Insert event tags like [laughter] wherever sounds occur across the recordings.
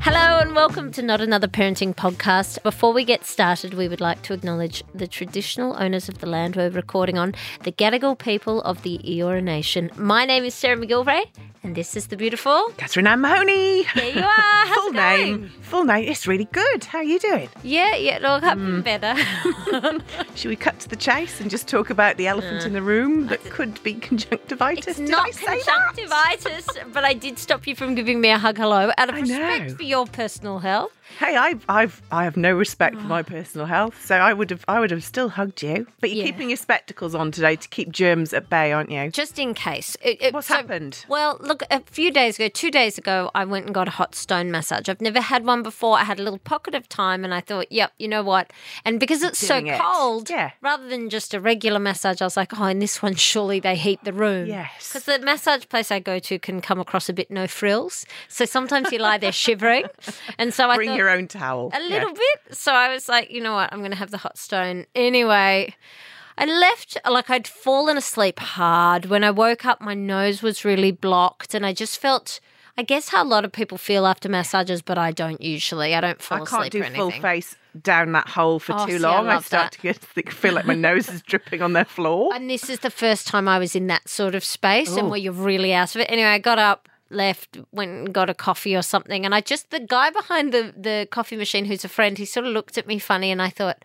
Hello and welcome to Not Another Parenting Podcast. Before we get started, we would like to acknowledge the traditional owners of the land we're recording on, the Gadigal people of the Eora Nation. My name is Sarah McGilvray, and this is the beautiful. Catherine Ann Mahoney. There you are. [laughs] How's Full it name. going? Full name. It's really good. How are you doing? Yeah, yeah, look, Hmm. I'm [laughs] better. Should we cut to the chase and just talk about the elephant in the room that could be conjunctivitis? Uh, it's Did not I say that? conjunctivitis, but I did stop you from giving me a hug hello out of I respect know. for your personal health. Hey, I've, I've, I have no respect Ah. for my personal health, so I would have, I would have still hugged you. But you're Yeah. keeping your spectacles on today to keep germs at bay, aren't you? just in case. It- it- What's happened? Well, look, a few days ago, two days ago, I went and got a hot stone massage. I've never had one before. I had a little pocket of time, and I thought, yep, you know what? And because it's Doing so it. cold, Yeah. rather than just a regular massage, I was like, oh, in this one, surely they heat the room. Yes. Because the massage place I go to can come across a bit no frills. So sometimes you lie there shivering. And so I Bring thought, your own towel. a little bit. So I was like, you know what? I'm going to have the hot stone. Anyway, I left, like, I'd fallen asleep hard. When I woke up, my nose was really blocked, and I just felt. I guess how a lot of people feel after massages, but I don't usually. I don't fall I can't asleep or do full anything. face down that hole for Oh, too see, I long. I, love that. start to get to [laughs] feel like my nose is dripping on their floor. and this is the first time I was in that sort of space and where you're really out of it. Anyway, I got up, left, went and got a coffee or something, and I just the guy behind the the coffee machine who's a friend, he sort of looked at me funny, and I thought.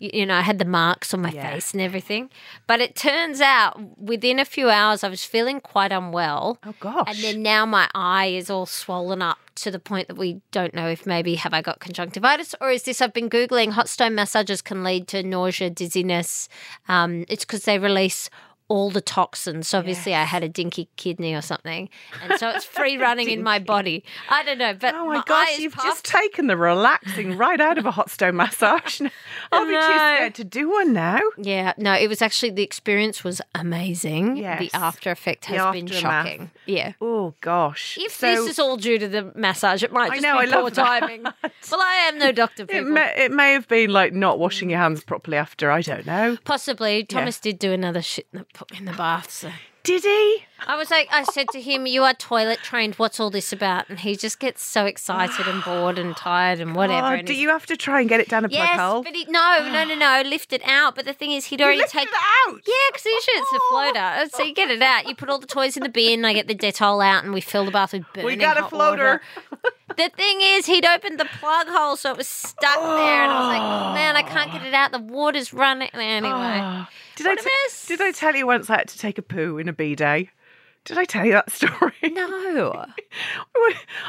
You you know, I had the marks on my face and everything. But it turns out within a few hours, I was feeling quite unwell. oh gosh. And then now my eye is all swollen up to the point that we don't know if maybe have I got conjunctivitis or is this? I've been googling hot stone massages can lead to nausea, dizziness. Um, it's because they release all the toxins. So obviously I had a dinky kidney or something, and so it's free [laughs] running in my body. I don't know, but Oh my, my eye gosh, is you've puffed. just taken the [laughs] relaxing right out of a hot stone massage. [laughs] I'll be too know. scared to do one now. yeah, no, it was actually the experience was amazing. Yes. The after effect The has been aftermath. shocking. Yeah. Oh gosh. If So this is all due to the massage, it might I just know, I be poor love that. [laughs] timing. Well, I am no doctor. it People. may, it may have been like not washing your hands properly after, I don't know. Possibly. Thomas did do another shit in the, put me in the bath. So. Did he? I was like, I said to him, "You are toilet trained. What's all this about?" And he just gets so excited and bored and tired and whatever. Oh, and do he's- you have to try and get it down a plug Yes, hole? but he no, no, no, no. Lift it out. But the thing is, he'd You already lifted taken. it out. Oh, Yeah, because usually it's a floater. So you get it out. You put all the toys in the bin. I get the Dettol out, and we fill the bath with burning We got a hot floater. water. The thing is, he'd opened the plug hole, so it was stuck there, and I was like, "Man, I can't get it out. The water's running." Anyway, [gasps] Oh. Did, I What a t- mess. did I tell you once I had to take a poo in a B day? Did I tell you that story? [laughs] no. I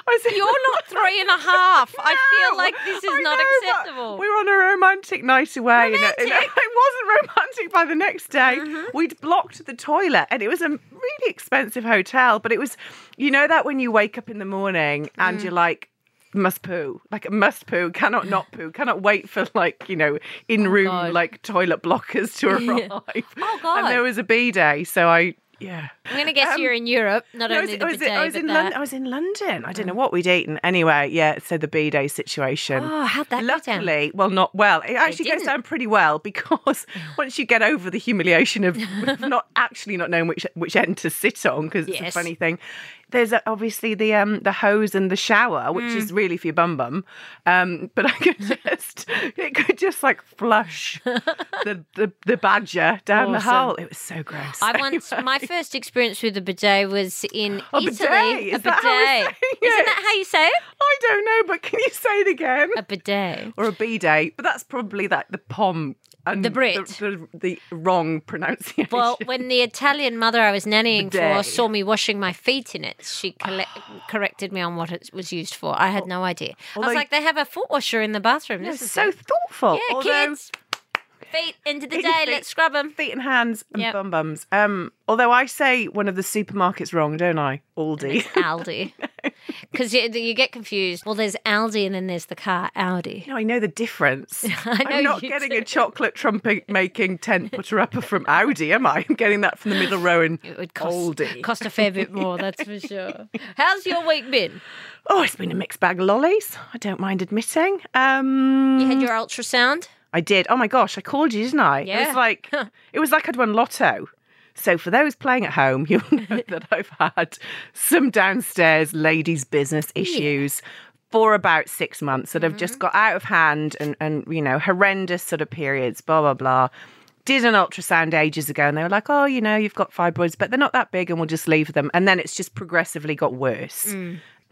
was in the- [laughs] You're not three and a half. I feel No, like this is I not know, but acceptable. We were on a romantic night away. And it- and Romantic? Mm-hmm. it, wasn't romantic by the next day. We'd blocked the toilet and it was a really expensive hotel, but it was, you know, that when you wake up in the morning Mm. and you're like, must poo, like must poo, [laughs] [laughs] cannot not poo, cannot wait for like, you know, in room Oh, God. like toilet blockers [laughs] to arrive. Oh, God. And there was a B day, so I, yeah. I'm going to guess you're in Europe, not No, I only was, the I was- bidet, I was but in that. Mm. London. I was in London. I don't know what we'd eaten. Anyway, yeah. So the B day situation. Oh, how'd that go down? Luckily, well, not well. It actually goes didn't. down pretty well [laughs] because once you get over the humiliation [laughs] of not actually not knowing which which end to sit on, because it's Yes. a funny thing. There's uh, obviously the um the hose and the shower, which Mm. is really for your bum bum. Um, but [laughs] I could just it could just like flush the the, the badger down the Awesome. hole. It was so gross. I once my first experience with a bidet was in A Italy. bidet, A is that how we bidet. say Isn't it? that how you say it? [laughs] I don't know, but can you say it again? A bidet. or a B day, but that's probably like the pom and The Brit. the, the, the wrong pronunciation. [laughs] Well, when the Italian mother I was nannying for Bidet. saw me washing my feet in it, she colle- corrected me on what it was used for. I had no idea. I Although- was like, they have a foot washer in the bathroom. This is it's so it. thoughtful. yeah, although kids. Feet into the Feet, day. feet. Let's scrub them. feet and hands and Yep. bum bums. Um, although I say one of the supermarkets wrong, don't I? [laughs] Aldi. [laughs] Aldi. Because you, you get confused. Well, there's Aldi and then there's the car Audi. [laughs] No, I know the difference. I know I'm not you getting do. a chocolate trumpet [laughs] making tent putter upper from Audi, am I? I'm getting that from the middle row in It would cost, Aldi. cost a fair bit more, that's [laughs] for sure. How's your week been? Oh, it's been a mixed bag of lollies. I don't mind admitting. Um, You had your ultrasound? I did. Oh my gosh, I called you, didn't I? It Yeah. was like it was like I'd won lotto. So for those playing at home, [laughs] you'll know that I've had some downstairs ladies' business issues. for about six months that have just got out of hand and, and, you know, horrendous sort of periods, blah, blah, blah. Did an ultrasound ages ago and they were like, oh, you know, you've got fibroids, but they're not that big and we'll just leave them. And then it's just progressively got worse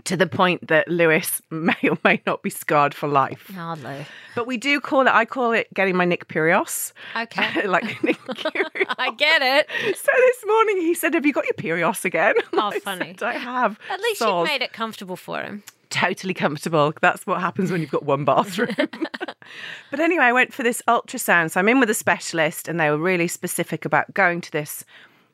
to the point that Lewis [laughs] may or may not be scarred for life. Hardly. But we do call it, I call it getting my Nick Purios. Okay. [laughs] [laughs] like Nick Curios. I get it. So this morning he said, "Have you got your perios again?" And Oh, [laughs] I said, funny. I have. At least Soz. you've made it comfortable for him. totally comfortable. That's what happens when you've got one [laughs] bathroom. [laughs] but anyway, I went for this ultrasound. So I'm in with a specialist, and they were really specific about going to this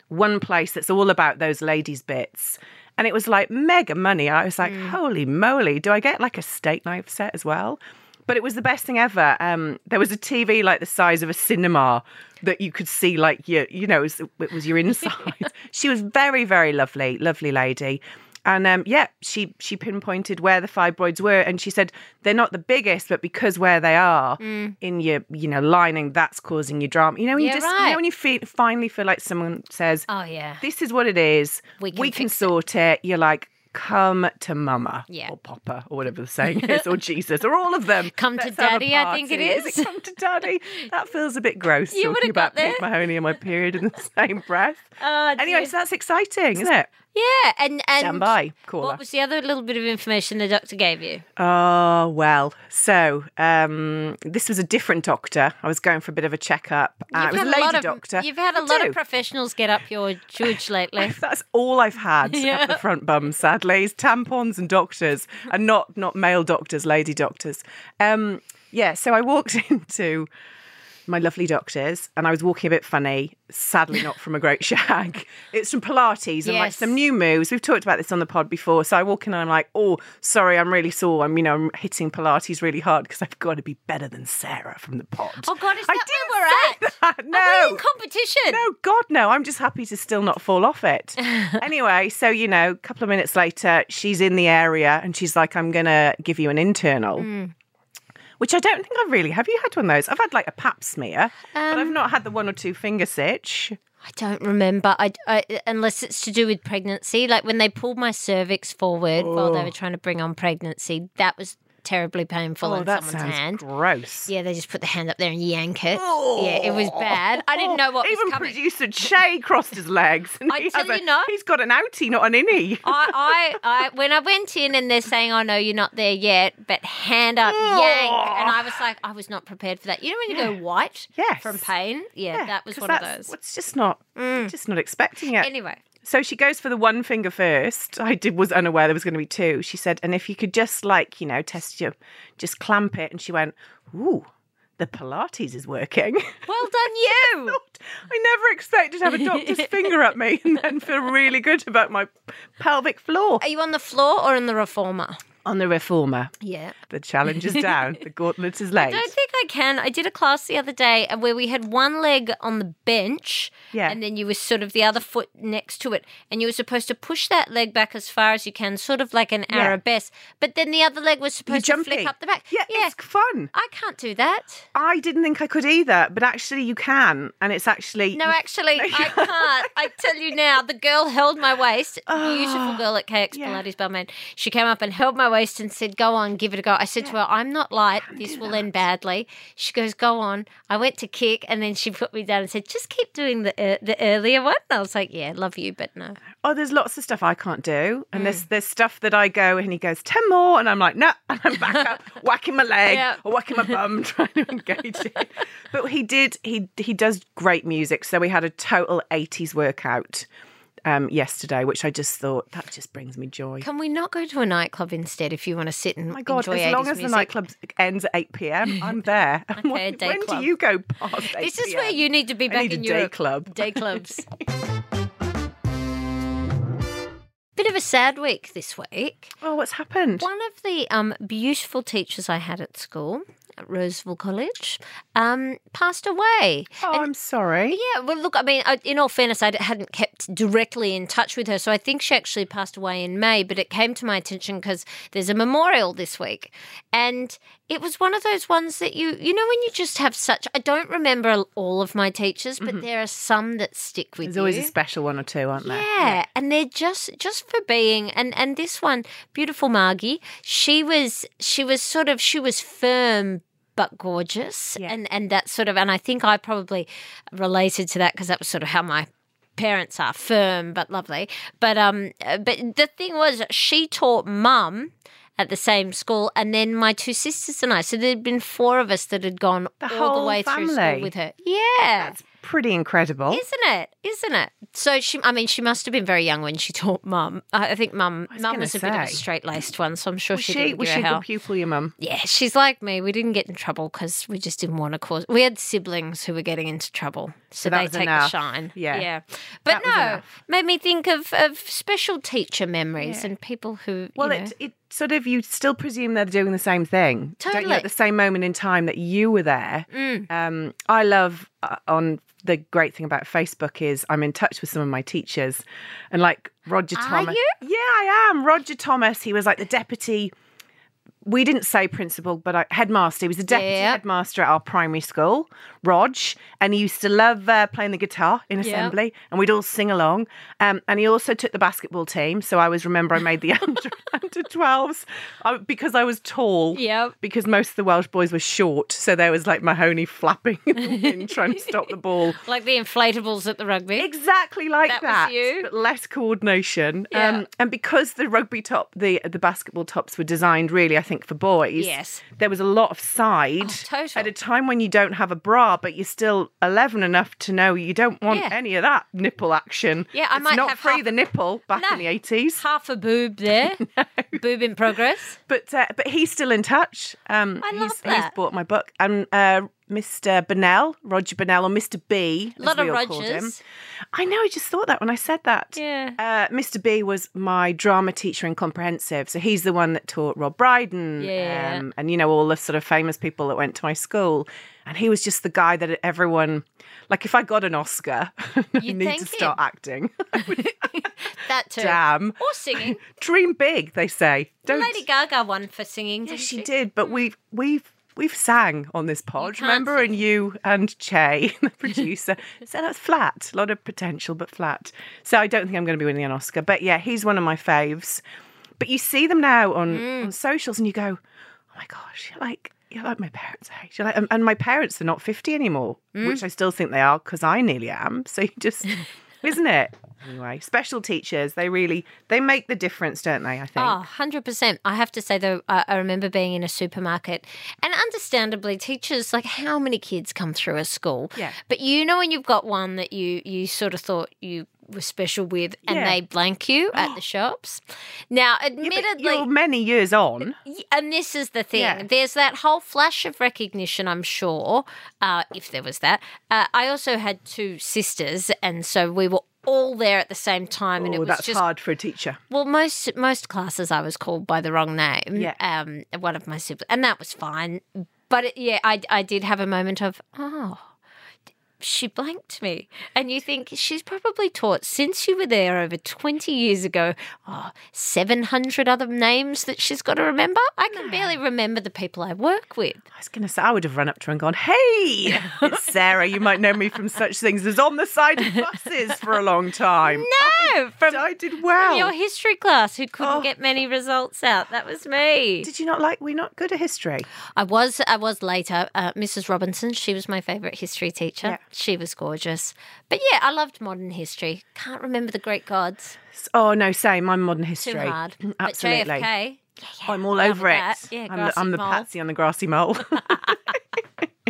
one place that's all about those ladies' bits. And it was like mega money. I was like, holy moly, do I get like a steak knife set as well? But it was the best thing ever. Um, there was a TV like the size of a cinema that you could see, like your, you know, it was, it was your inside. she was very, very lovely, lovely lady. And um, yeah, she she pinpointed where the fibroids were, and she said they're not the biggest, but because where they are in your you know lining, that's causing your drama. You know, when Yeah, you just you right. know when you feel, finally feel like someone says, Oh yeah. "This is what it is. We can fix sort it. You're like, "Come to mama, Yeah. or papa, or whatever the saying is, or Jesus, or all of them. [laughs] Come to Let's have a daddy, I think it party. is. it [laughs] come to daddy? That feels a bit gross. You talking would've got about Nick there. Mahoney and my period in [laughs] the same breath. Oh, Anyway, dear. so that's exciting, isn't it? yeah, and and Stand by, caller. what was the other little bit of information the doctor gave you? Oh, well. So, um, this was a different doctor. I was going for a bit of a checkup. Uh, it was a lady lot of doctor. You've had a I lot do. of professionals get up your George lately. That's all I've [laughs] had Yeah. at the front bum, sadly, is tampons and doctors, and not not male doctors, lady doctors. Um, yeah, so I walked [laughs] into my lovely doctors, and I was walking a bit funny. Sadly, not from a great [laughs] shag. It's from Pilates and like Yes. some new moves. We've talked about this on the pod before. So I walk in, and I'm like, oh, sorry, I'm really sore. I'm you know I'm hitting Pilates really hard because I've got to be better than Sarah from the pod. Oh God, is I that didn't where we're at? say that, [laughs] No. Are we in competition? No, Oh, God, no. I'm just happy to still not fall [laughs] off it. anyway, so, you know, a couple of minutes later, she's in the area and she's like, I'm going to give you an internal. Hmm. Which I don't think I really have. You had one of those? I've had like a pap smear, but Um, I've not had the one or two finger sitch. I don't remember. I, I- unless it's to do with pregnancy, like when they pulled my cervix forward while Oh. they were trying to bring on pregnancy, that was terribly painful Oh, in that someone's sounds hand. gross. Yeah, they just put the hand up there and yank it. Yeah, it was bad. I didn't know what Oh. Even was coming. producer Che crossed his legs. And [laughs] I he tell has a- you not. He's got an outie, not an innie. I, I, I, when I went in and they're saying, "Oh no, you're not there yet," but hand up, yank, Oh. and I was like, I was not prepared for that. You know when you go white Yes. from pain? Yeah, Yeah, Oh, that was 'cause one of that's- those. Hmm. well, It's just not, just not expecting it. Anyway, So she goes for the one finger first. I did was unaware there was going to be two. She said, "And if you could just like you know test your, just clamp it." And she went, "Ooh, the Pilates is working." [laughs] well done, you. I never expected to have a [laughs] doctor's finger up me and then feel really good about my pelvic floor. Are you on the floor or in the reformer? On the reformer, Yeah. the challenge is down. the gauntlet is [laughs] laid. I don't think I can. I did a class the other day uh, where we had one leg on the bench, Yeah. and then you were sort of the other foot next to it, and you were supposed to push that leg back as far as you can, sort of like an arabesque. But then the other leg was You're supposed to jumping flick up the back. Yeah, it's fun. I can't do that. I didn't think I could either, but actually you can, and it's actually No, [laughs] actually, I can't. I tell you now, the girl held my [sighs] waist. Beautiful girl at KX Oh, yeah. Pilates Balmain. She came up and held my waist and said, "Go on, give it a go." I said to her, "I'm not light. This will end badly." She goes, "Go on." I went to kick, and then she [laughs] put me down and said, "Just keep doing the uh, the earlier one." And I was like, "Yeah, love you, but [sighs] no." oh, there's lots of stuff I can't do. And Mm. there's there's stuff that I go and he goes, 10 more. And I'm like, no. [laughs] And I'm back up, [laughs] whacking my leg Yeah. or whacking my [laughs] bum, trying to engage it. But he did, he he does great music. So we had a total 80s workout um, yesterday, which I just thought, that just brings me joy. Can we not go to a nightclub instead if you want to sit and Oh my God, enjoy as long 80s as the music? nightclub ends at 8 p.m., [laughs] I'm there. [laughs] And Okay, when day when club. do you go past 8 This is PM? where you need to be uh, I back need a in day Europe. club. [laughs] Day clubs. Bit of a sad week this week. Oh, what's happened? One of the um, beautiful teachers I had at school, at Roseville College, um, passed away. Oh, I'm sorry. Yeah, well, look, I mean, I, in all fairness, I d- hadn't kept directly in touch with her, so I think she actually passed away in May. But it came to my attention because there's a memorial this week, and it was one of those ones that you you know when you just have such I don't remember all of my teachers, but there are some that stick with Mm-hmm. There's you. always a special one or two, aren't there? Yeah, and they're just just for being and and this one, beautiful Margie, she was she was sort of she was firm but gorgeous Yeah. and and that sort of and I think I probably related to that because that was sort of how my parents are firm but lovely but um uh, but the thing was she taught mum at the same school and then my two sisters and I so there'd been four of us that had gone all the whole way through school family. with her yeah That's pretty incredible. isn't it? Isn't it? So she, I mean, she must have been very young when she [laughs] taught mum. I I think mum, was mum gonna was a bit of a say. straight laced one, so I'm sure was she, she, didn't was give she a a good hell. pupil, your mum? Yeah, she's like me. We didn't get in trouble because we just didn't want to cause. We had siblings who were getting into trouble, so, So that they was take the enough. shine. Yeah. yeah. But was no, enough. made me think of of special teacher memories and people who. Well, you know, it, it sort of, you still presume they're doing the same thing. Don't you, Totally. Mm. at the same moment in time that you were there. Um, I love uh, on the great thing about Facebook is I'm in touch with some of my teachers and like Roger Are Thomas. you? Yeah, I am. Roger Thomas, he was like the deputy. We didn't say principal, but I, headmaster. He was the deputy Yep. headmaster at our primary school, Rog, and he used to love uh, playing the guitar in assembly, and we'd all sing along. Um, and he also took the basketball team, so I always remember I made the [laughs] under under twelves uh, because I was tall Yep. because most of the Welsh boys were short, so there was like Mahoney flapping [laughs] in the wind trying to stop the ball. like the inflatables at the rugby. Exactly like That that, was you. but less coordination. Um, Yeah. and because the rugby top, the the basketball tops were designed really, I think, for boys. Yes. Oh, there was a lot of side total. at a time when you don't have a bra, but you're still eleven enough to know you don't want Yeah. any of that nipple action. Yeah, I It's might not have free half- the nipple back No. in the eighties. Half a boob [laughs] there, boob in progress. But uh, but he's still in touch. Um, I love he's, he's that. bought my book. And uh, Mr. Bennell, Roger Bennell, or Mr. B. as lot of we all called him. Rogers. I know. I just thought that when I said that. Yeah. Uh, Mr. B was my drama teacher in comprehensive, so he's the one that taught Rob Brydon, Yeah. um, and you know all the sort of famous people that went to my school. And he was just the guy that everyone, like, if I got an Oscar, [laughs] I You'd need thank to start him. [laughs] acting. I would- That too. Damn, Or singing. dream big, they say. Don't Lady Gaga won for singing. didn't she did, but we've we've we've sang on this pod, can't remember? And you and Che, [laughs] the producer, so that's flat. A lot of potential, but flat. So I don't think I'm going to be winning an Oscar, but yeah, he's one of my faves. But you see them now on on socials, and you go, "Oh my gosh, you're like you're like my parents' age." You're like, and, and my parents are not fifty anymore, which I still think they are because I nearly am. So you just. Isn't it? Anyway, special teachers, they really they make the difference, don't they? I think. Oh, 100%. I have to say, though, I, I remember being in a supermarket, and understandably, teachers, like, how many kids come through a school? Yeah. But you know, when you've got one that you, you sort of thought you were special with, and Yeah. they blank you [gasps] at the shops. Now, Yeah, but admittedly, you're many years on. Y- And this is the thing. Yeah. There's that whole flash of recognition, I'm sure, uh, if there was that. Uh, I also had two sisters, and so we were all there at the same time, and it Oh, was that's just hard for a teacher. well, most most classes I was called by the wrong name. Yeah. Um, one of my siblings, and that was fine. But it, yeah, I I did have a moment of oh, she blanked me, and you think she's probably taught since you were there over twenty years ago. Oh, 700 other names that she's got to remember. I can barely remember the people I work with. I was going to say, I would have run up to her and gone, hey, [laughs] it's Sarah, you might know me from such things as on the side of buses for a long time. No, from I did well. your history class who couldn't Oh. get many results out. That was me. Did you not like, we're not good at history. I was I was later. Uh, Mrs. Robinson, she was my favourite history teacher. Yeah. She was gorgeous. But yeah, I loved modern history. Can't remember the Greek gods. S- Oh, no, same. I'm modern Too history. [clears throat] hard. But Mm, Absolutely. JFK. I'm all down over with it. that. Yeah, I'm the, grassy I'm the mole. patsy on the grassy mole. [laughs]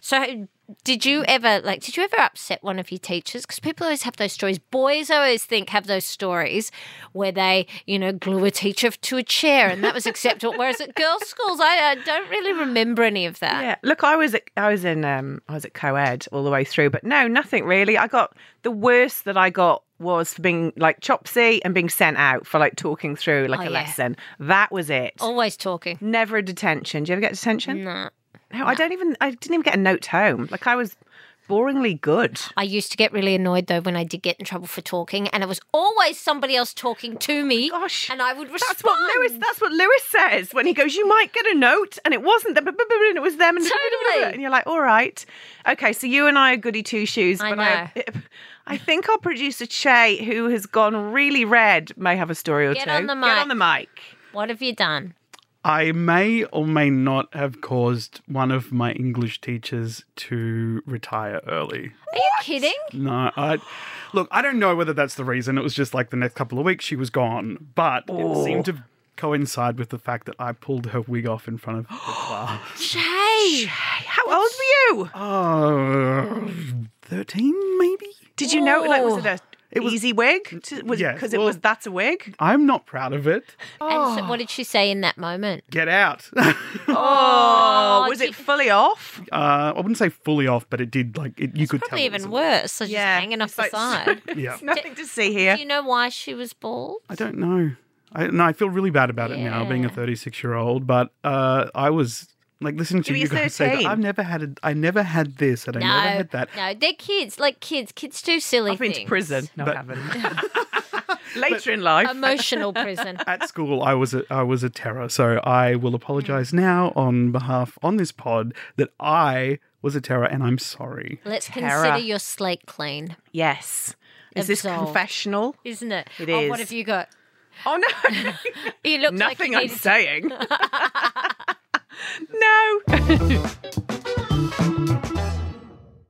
So did you ever like did you ever upset one of your teachers because people always have those stories boys I always think have those stories where they you know glue a teacher to a chair and that was acceptable whereas [laughs] at girls schools I, I don't really remember any of that Yeah, look, I was at, I was in um, I was at co-ed all the way through, but no, nothing really. I got the worst that I got was for being like chopsy and being sent out for like talking through like Oh, a yeah. lesson. That was it. always talking Never a detention. Do you ever get detention? no No, I don't even. I didn't even get a note home. Like I was boringly good. I used to get really annoyed though when I did get in trouble for talking, and it was always somebody else talking to me. Gosh, and I would respond. That's what Lewis. That's what Lewis says when he goes, "You might get a note," and it wasn't them, and it was them, and, Totally. and you're like, "All right, okay." So you and I are goody two shoes, I but I, [laughs] I think our producer Che, who has gone really red, may have a story or Get two. on the Get on the mic. What have you done? I may or may not have caused one of my English teachers to retire early. Are you kidding? No, I look, I don't know whether that's the reason. It was just like the next couple of weeks she was gone, but Oh. it seemed to coincide with the fact that I pulled her wig off in front of [gasps] the class. Jay, How old were you? Oh, 13 maybe? Did you know? Like, was Mm, it Oh. a easy wig? To- Was yeah, because it well- was that's a wig. I'm not proud of it. and so, what did she say in that moment? Get out. [laughs] uh, Oh, Oh, was do it you- fully off? I wouldn't say fully off, but it did like it, you could Probably tell. it even was- worse. So just Yeah, hanging off it's the like- side. [laughs] Yeah. It's nothing to see here. Do you know why she was bald? I don't know. I no, I feel really bad about it now, being a Yeah. 36 year old. But uh, I was like listening to You you, were guys say that 13. I've never had a, I never had this and I never had that. no, they're kids. Like kids, kids do silly I've been things. to prison. No, But- I haven't. [laughs] Later in life. [laughs] Emotional prison. At school, I was a, I was a terror. So I Hmm. will apologize now on behalf on this pod that I was a terror and I'm sorry. Let's Terror. consider your slate clean, yes. Is this Absolved. confessional? isn't it? It oh, is. What have you got? Oh no. You look [laughs] Nothing like you I'm needed saying. no.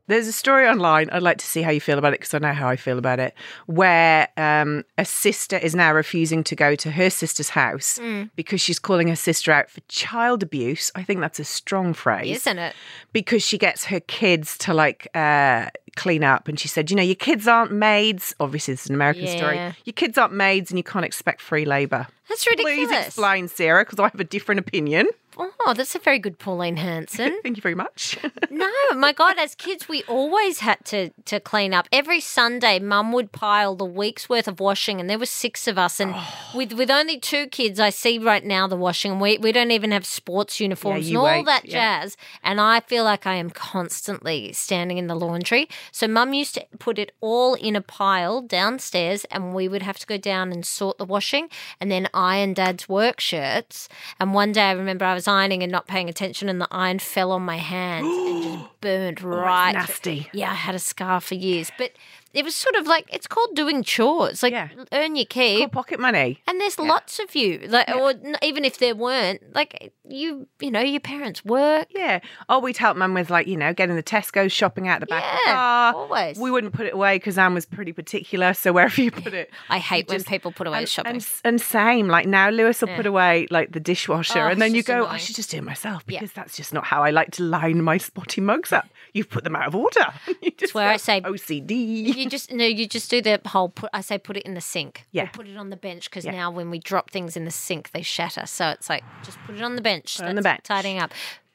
There's a story online. I'd like to see how you feel about it because I know how I feel about it. Where um, a sister is now refusing to go to her sister's house because she's calling her sister out for child abuse. I think that's a strong to, phrase isn't it? because she gets her kids to like uh, clean up and she said you know your kids aren't maids obviously it's an american story Yeah. your kids aren't maids and you can't expect free labor That's please ridiculous. explain sarah because i have a different opinion Oh, that's a very good Pauline Hanson. thank you very much No, my God, as kids, we always had to to clean up. Every Sunday, Mum would pile the week's worth of washing, and there were six of us. And Oh. with with only two kids, I see right now the washing. We we don't even have sports uniforms and you all wait, that yeah. jazz. And I feel like I am constantly standing in the laundry. So Mum used to put it all in a pile downstairs, and we would have to go down and sort the washing, and then iron Dad's work shirts. And one day, I remember I was ironing and not paying attention, and the iron fell on my hand and just [gasps] burned right. Oh, [laughs] nasty. Yeah, I had a scar for years, but it was sort of like it's called doing chores. Like Yeah. earn your Your keep. pocket money And there's lots of you, like, or n- even if there weren't, like you, you know, your parents work. yeah oh we'd help mum with like you know getting the tesco shopping out the back of the Yeah, car always. we wouldn't put it away because anne was pretty particular so wherever you put it [laughs] I hate when just- people put away and, shopping. And, and same, like now Lewis will put away like the dishwasher, Oh, and then it's you just go, I annoying. should just do it myself Yeah. because that's just not how I like to line my spotty mugs up. You've put them out of order. [laughs] You just where I go, say- OCD. you just no, you just do the whole. Put, I say put it in the sink. Yeah. Or put it on the bench because now when we drop things in the sink, they shatter. So it's like just put it on the bench. on the That's bench. Tidying up.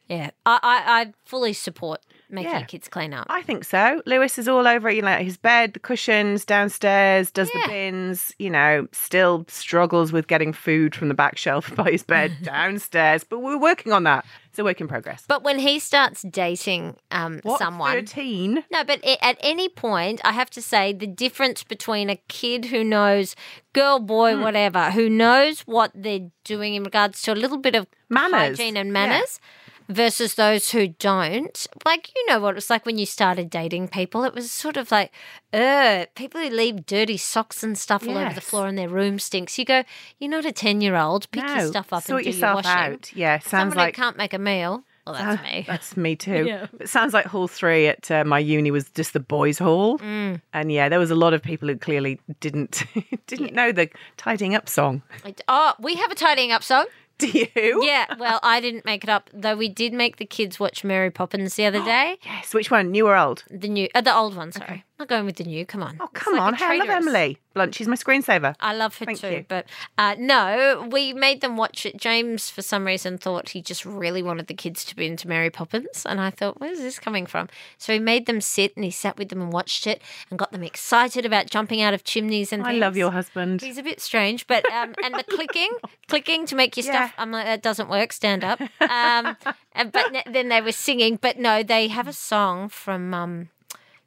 Yeah, I I, I fully support making Yeah. your kids clean up. I think so. Lewis is all over, you know, his bed, the cushions downstairs, does Yeah. the bins, you know, still struggles with getting food from the back shelf [laughs] by his bed [laughs] downstairs. But we're working on that. It's a work in progress. But when he starts dating um, what, someone, 13? No, but i at any point, I have to say the difference between a kid who knows, girl, boy, Hmm. whatever, who knows what they're doing in regards to a little bit of Manners. hygiene and Yeah. manners. Versus those who don't. Like, you know what it was like when you started dating people. It was sort of like, uh, people who leave dirty socks and stuff all over the Yes. floor and their room stinks. You go, you're not a 10 year old. Pick your No, stuff up sort and do yourself your washing. out. Yeah, sounds Someone like uh, who can't make a meal. Well, that's me. [laughs] That's me too. Yeah. But it sounds like Hall 3 at uh, my uni was just the boys' hall. Mm. And yeah, there was a lot of people who clearly didn't [laughs] didn't know the tidying up song. [laughs] I d- Oh, we have a tidying up song. Do you? Yeah, well, I didn't make it up, though. We did make the kids watch Mary Poppins the [gasps] other day. Yes, which one? New or old? The new, uh, the old one. Sorry, not going with the new. Come on. Oh, come on. Hey, I love Emily Blunt. She's my screensaver. I love her Thank too, you. but uh, no, we made them watch it. James, for some reason, thought he just really wanted the kids to be into Mary Poppins, and I thought, where's this coming from? So he made them sit, and he sat with them and watched it, and got them excited about jumping out of chimneys and. I love things. your husband. He's a bit strange, but [laughs] um, and the clicking, clicking to make your Yeah. stuff. I'm like, that doesn't work. Stand [laughs] up. Um, and- but n- then they were singing. But no, they have a song from um,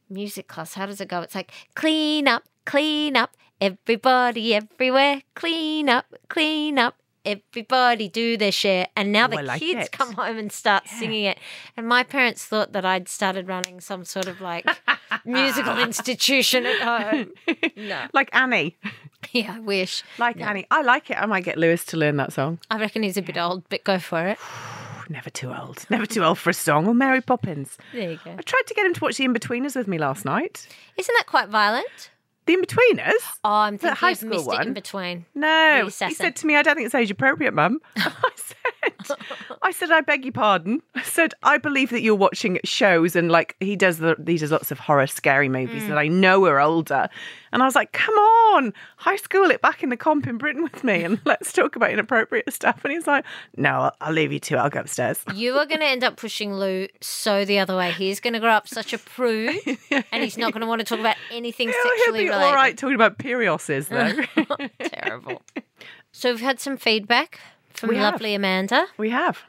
music class. How does it go? It's like clean up, clean up, everybody everywhere, clean up, clean up. Everybody do their share, and now the Oh, I like kids it. come home and start singing it. And my parents thought that I'd started running some sort of like musical [laughs] institution at home. No, Like Annie. yeah, I wish. Like Annie. I like it. I might get Lewis to learn that song. I reckon he's a bit old, but go for it. Never too old. [laughs] Never too old for a song. Or Mary Poppins. [sighs] There you go. I tried to get him to watch The Inbetweeners with me last night. Isn't that quite violent? The Inbetweeners? Oh, I'm thinking high I've school missed it in one? between. No. Really he sassy. said to me, I don't think it's age appropriate, Mum. [laughs] I said, I said, I beg your pardon. I said, I believe that you're watching shows and like he does the he does lots of horror scary movies Mm. that I know are older. And I was like, Come on, high school it back in the comp in Britain with me and [laughs] let's talk about inappropriate stuff. And he's like, No, I'll, I'll leave you to it, I'll [laughs] go upstairs. [laughs] You are going to end up pushing Lou so the other way. He's going to grow up such a prude, and he's not going to want to talk [laughs] about anything Oh, he'll sexually be related. all right talking about perioses [laughs] though. Terrible. So we've had some feedback from We have. lovely Amanda. We have.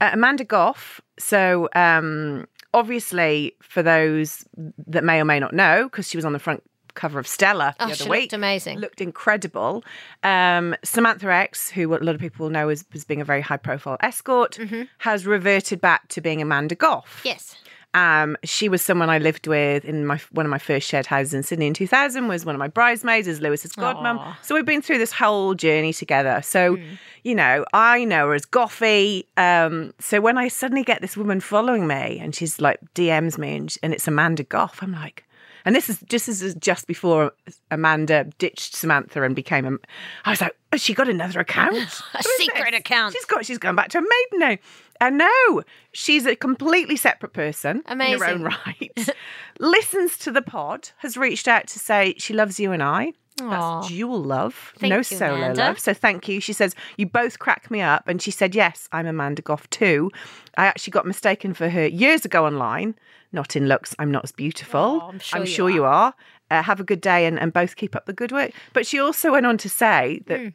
Uh, Amanda Goff. So, um, obviously, for those that may or may not know, because she was on the front cover of Stella Oh, the she other looked week. amazing. Looked incredible. Um, Samantha X, who a lot of people will know as, as being a very high profile escort, Mm-hmm. has reverted back to being Amanda Goff. Yes. Um, she was someone I lived with in my one of my first shared houses in Sydney in 2000. Was one of my bridesmaids, is Lewis's godmum. So we've been through this whole journey together. So you know, I know her as Goffy. Um, so when I suddenly get this woman following me, and she's like DMs me, and, sh- and it's Amanda Goff, I'm like. And this is just this is just before Amanda ditched Samantha and became a. I was like, oh, she got another A account. Who is secret this? account. She's got. She's gone back to her maiden name. And no, she's a completely separate person. In her Amazing. own right. [laughs] Listens to the pod. Has reached out to say she loves you and I. Aw. That's dual love, Thank no you, solo Amanda. love. So thank you. She says you both crack me up, and she said yes, I'm Amanda Goff too. I actually got mistaken for her years ago online. Not in looks, I'm not as beautiful. Aw, I'm sure you you are. Uh, have a good day, and, and both keep up the good work. But she also went on to say Hmm. that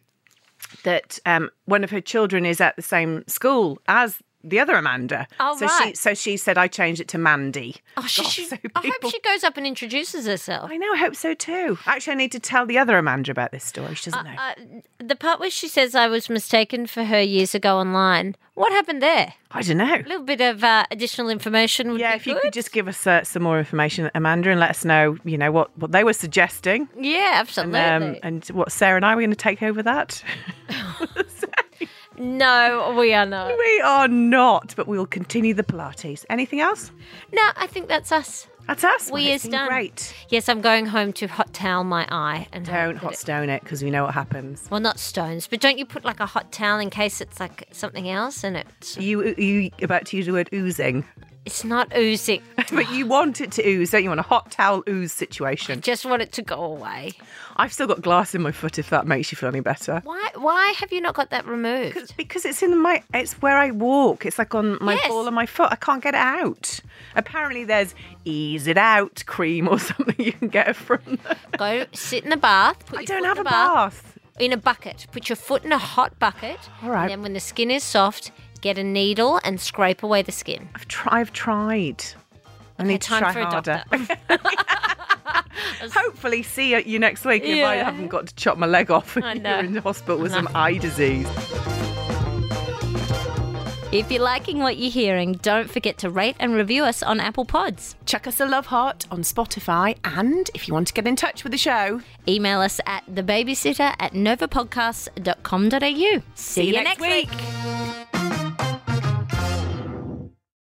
that um, one of her children is at the same school as the other Amanda. Oh, so she right. so she said I changed it to Mandy. Oh, she, God, she- so I people- hope she goes up and introduces herself. I know. I hope so too. Actually, I need to tell the other Amanda about this story. She doesn't know. Uh, the part where she says I was mistaken for her years ago online. What happened there? I don't know. A little bit of uh, additional information would Yeah, be if you good. could just give us uh, some more information, Amanda, and let us know, you know, what, what they were suggesting, yeah, absolutely. um, and what Sarah and I were going to take over that. [laughs] no, we are not. we are not, but we will continue the Pilates. Anything else? No, I think that's us. That's We us. Well, is it's been done. Great. Yes, I'm going home to hot towel my eye and hope Don't that hot it- stone it because we know what happens. Well, not stones, but don't you put like a hot towel in case it's like something else and it's You you about to use the word oozing, it's not oozing. [laughs] but you want it to ooze, don't you? Want a hot towel ooze situation? Just want it to go away. I've still got glass in my foot. If that makes you feel any better. Why? Why have you not got that removed? [laughs] Because it's in my, it's where I walk. It's like on my Yes. ball of my foot. I can't get it out. Apparently, there's ease it out cream or [laughs] something you can get from. [laughs] Them. Go sit in the bath. Put I your don't foot have in a the bath, bath. In a bucket. Put your foot in a hot bucket. All right. And then when the skin is soft, get a needle and scrape away the skin. I've tried. I've tried. I need to time try for a harder. [laughs] [laughs] Hopefully, see you next week if I Yeah. haven't got to chop my leg off and know. [laughs] you're in the hospital with some eye disease. If you're liking what you're hearing, don't forget to rate and review us on Apple Pods. Chuck us a love heart on Spotify, and if you want to get in touch with the show, Email us at thebabysitter at novapodcasts.com.au. See, See you, next week. week.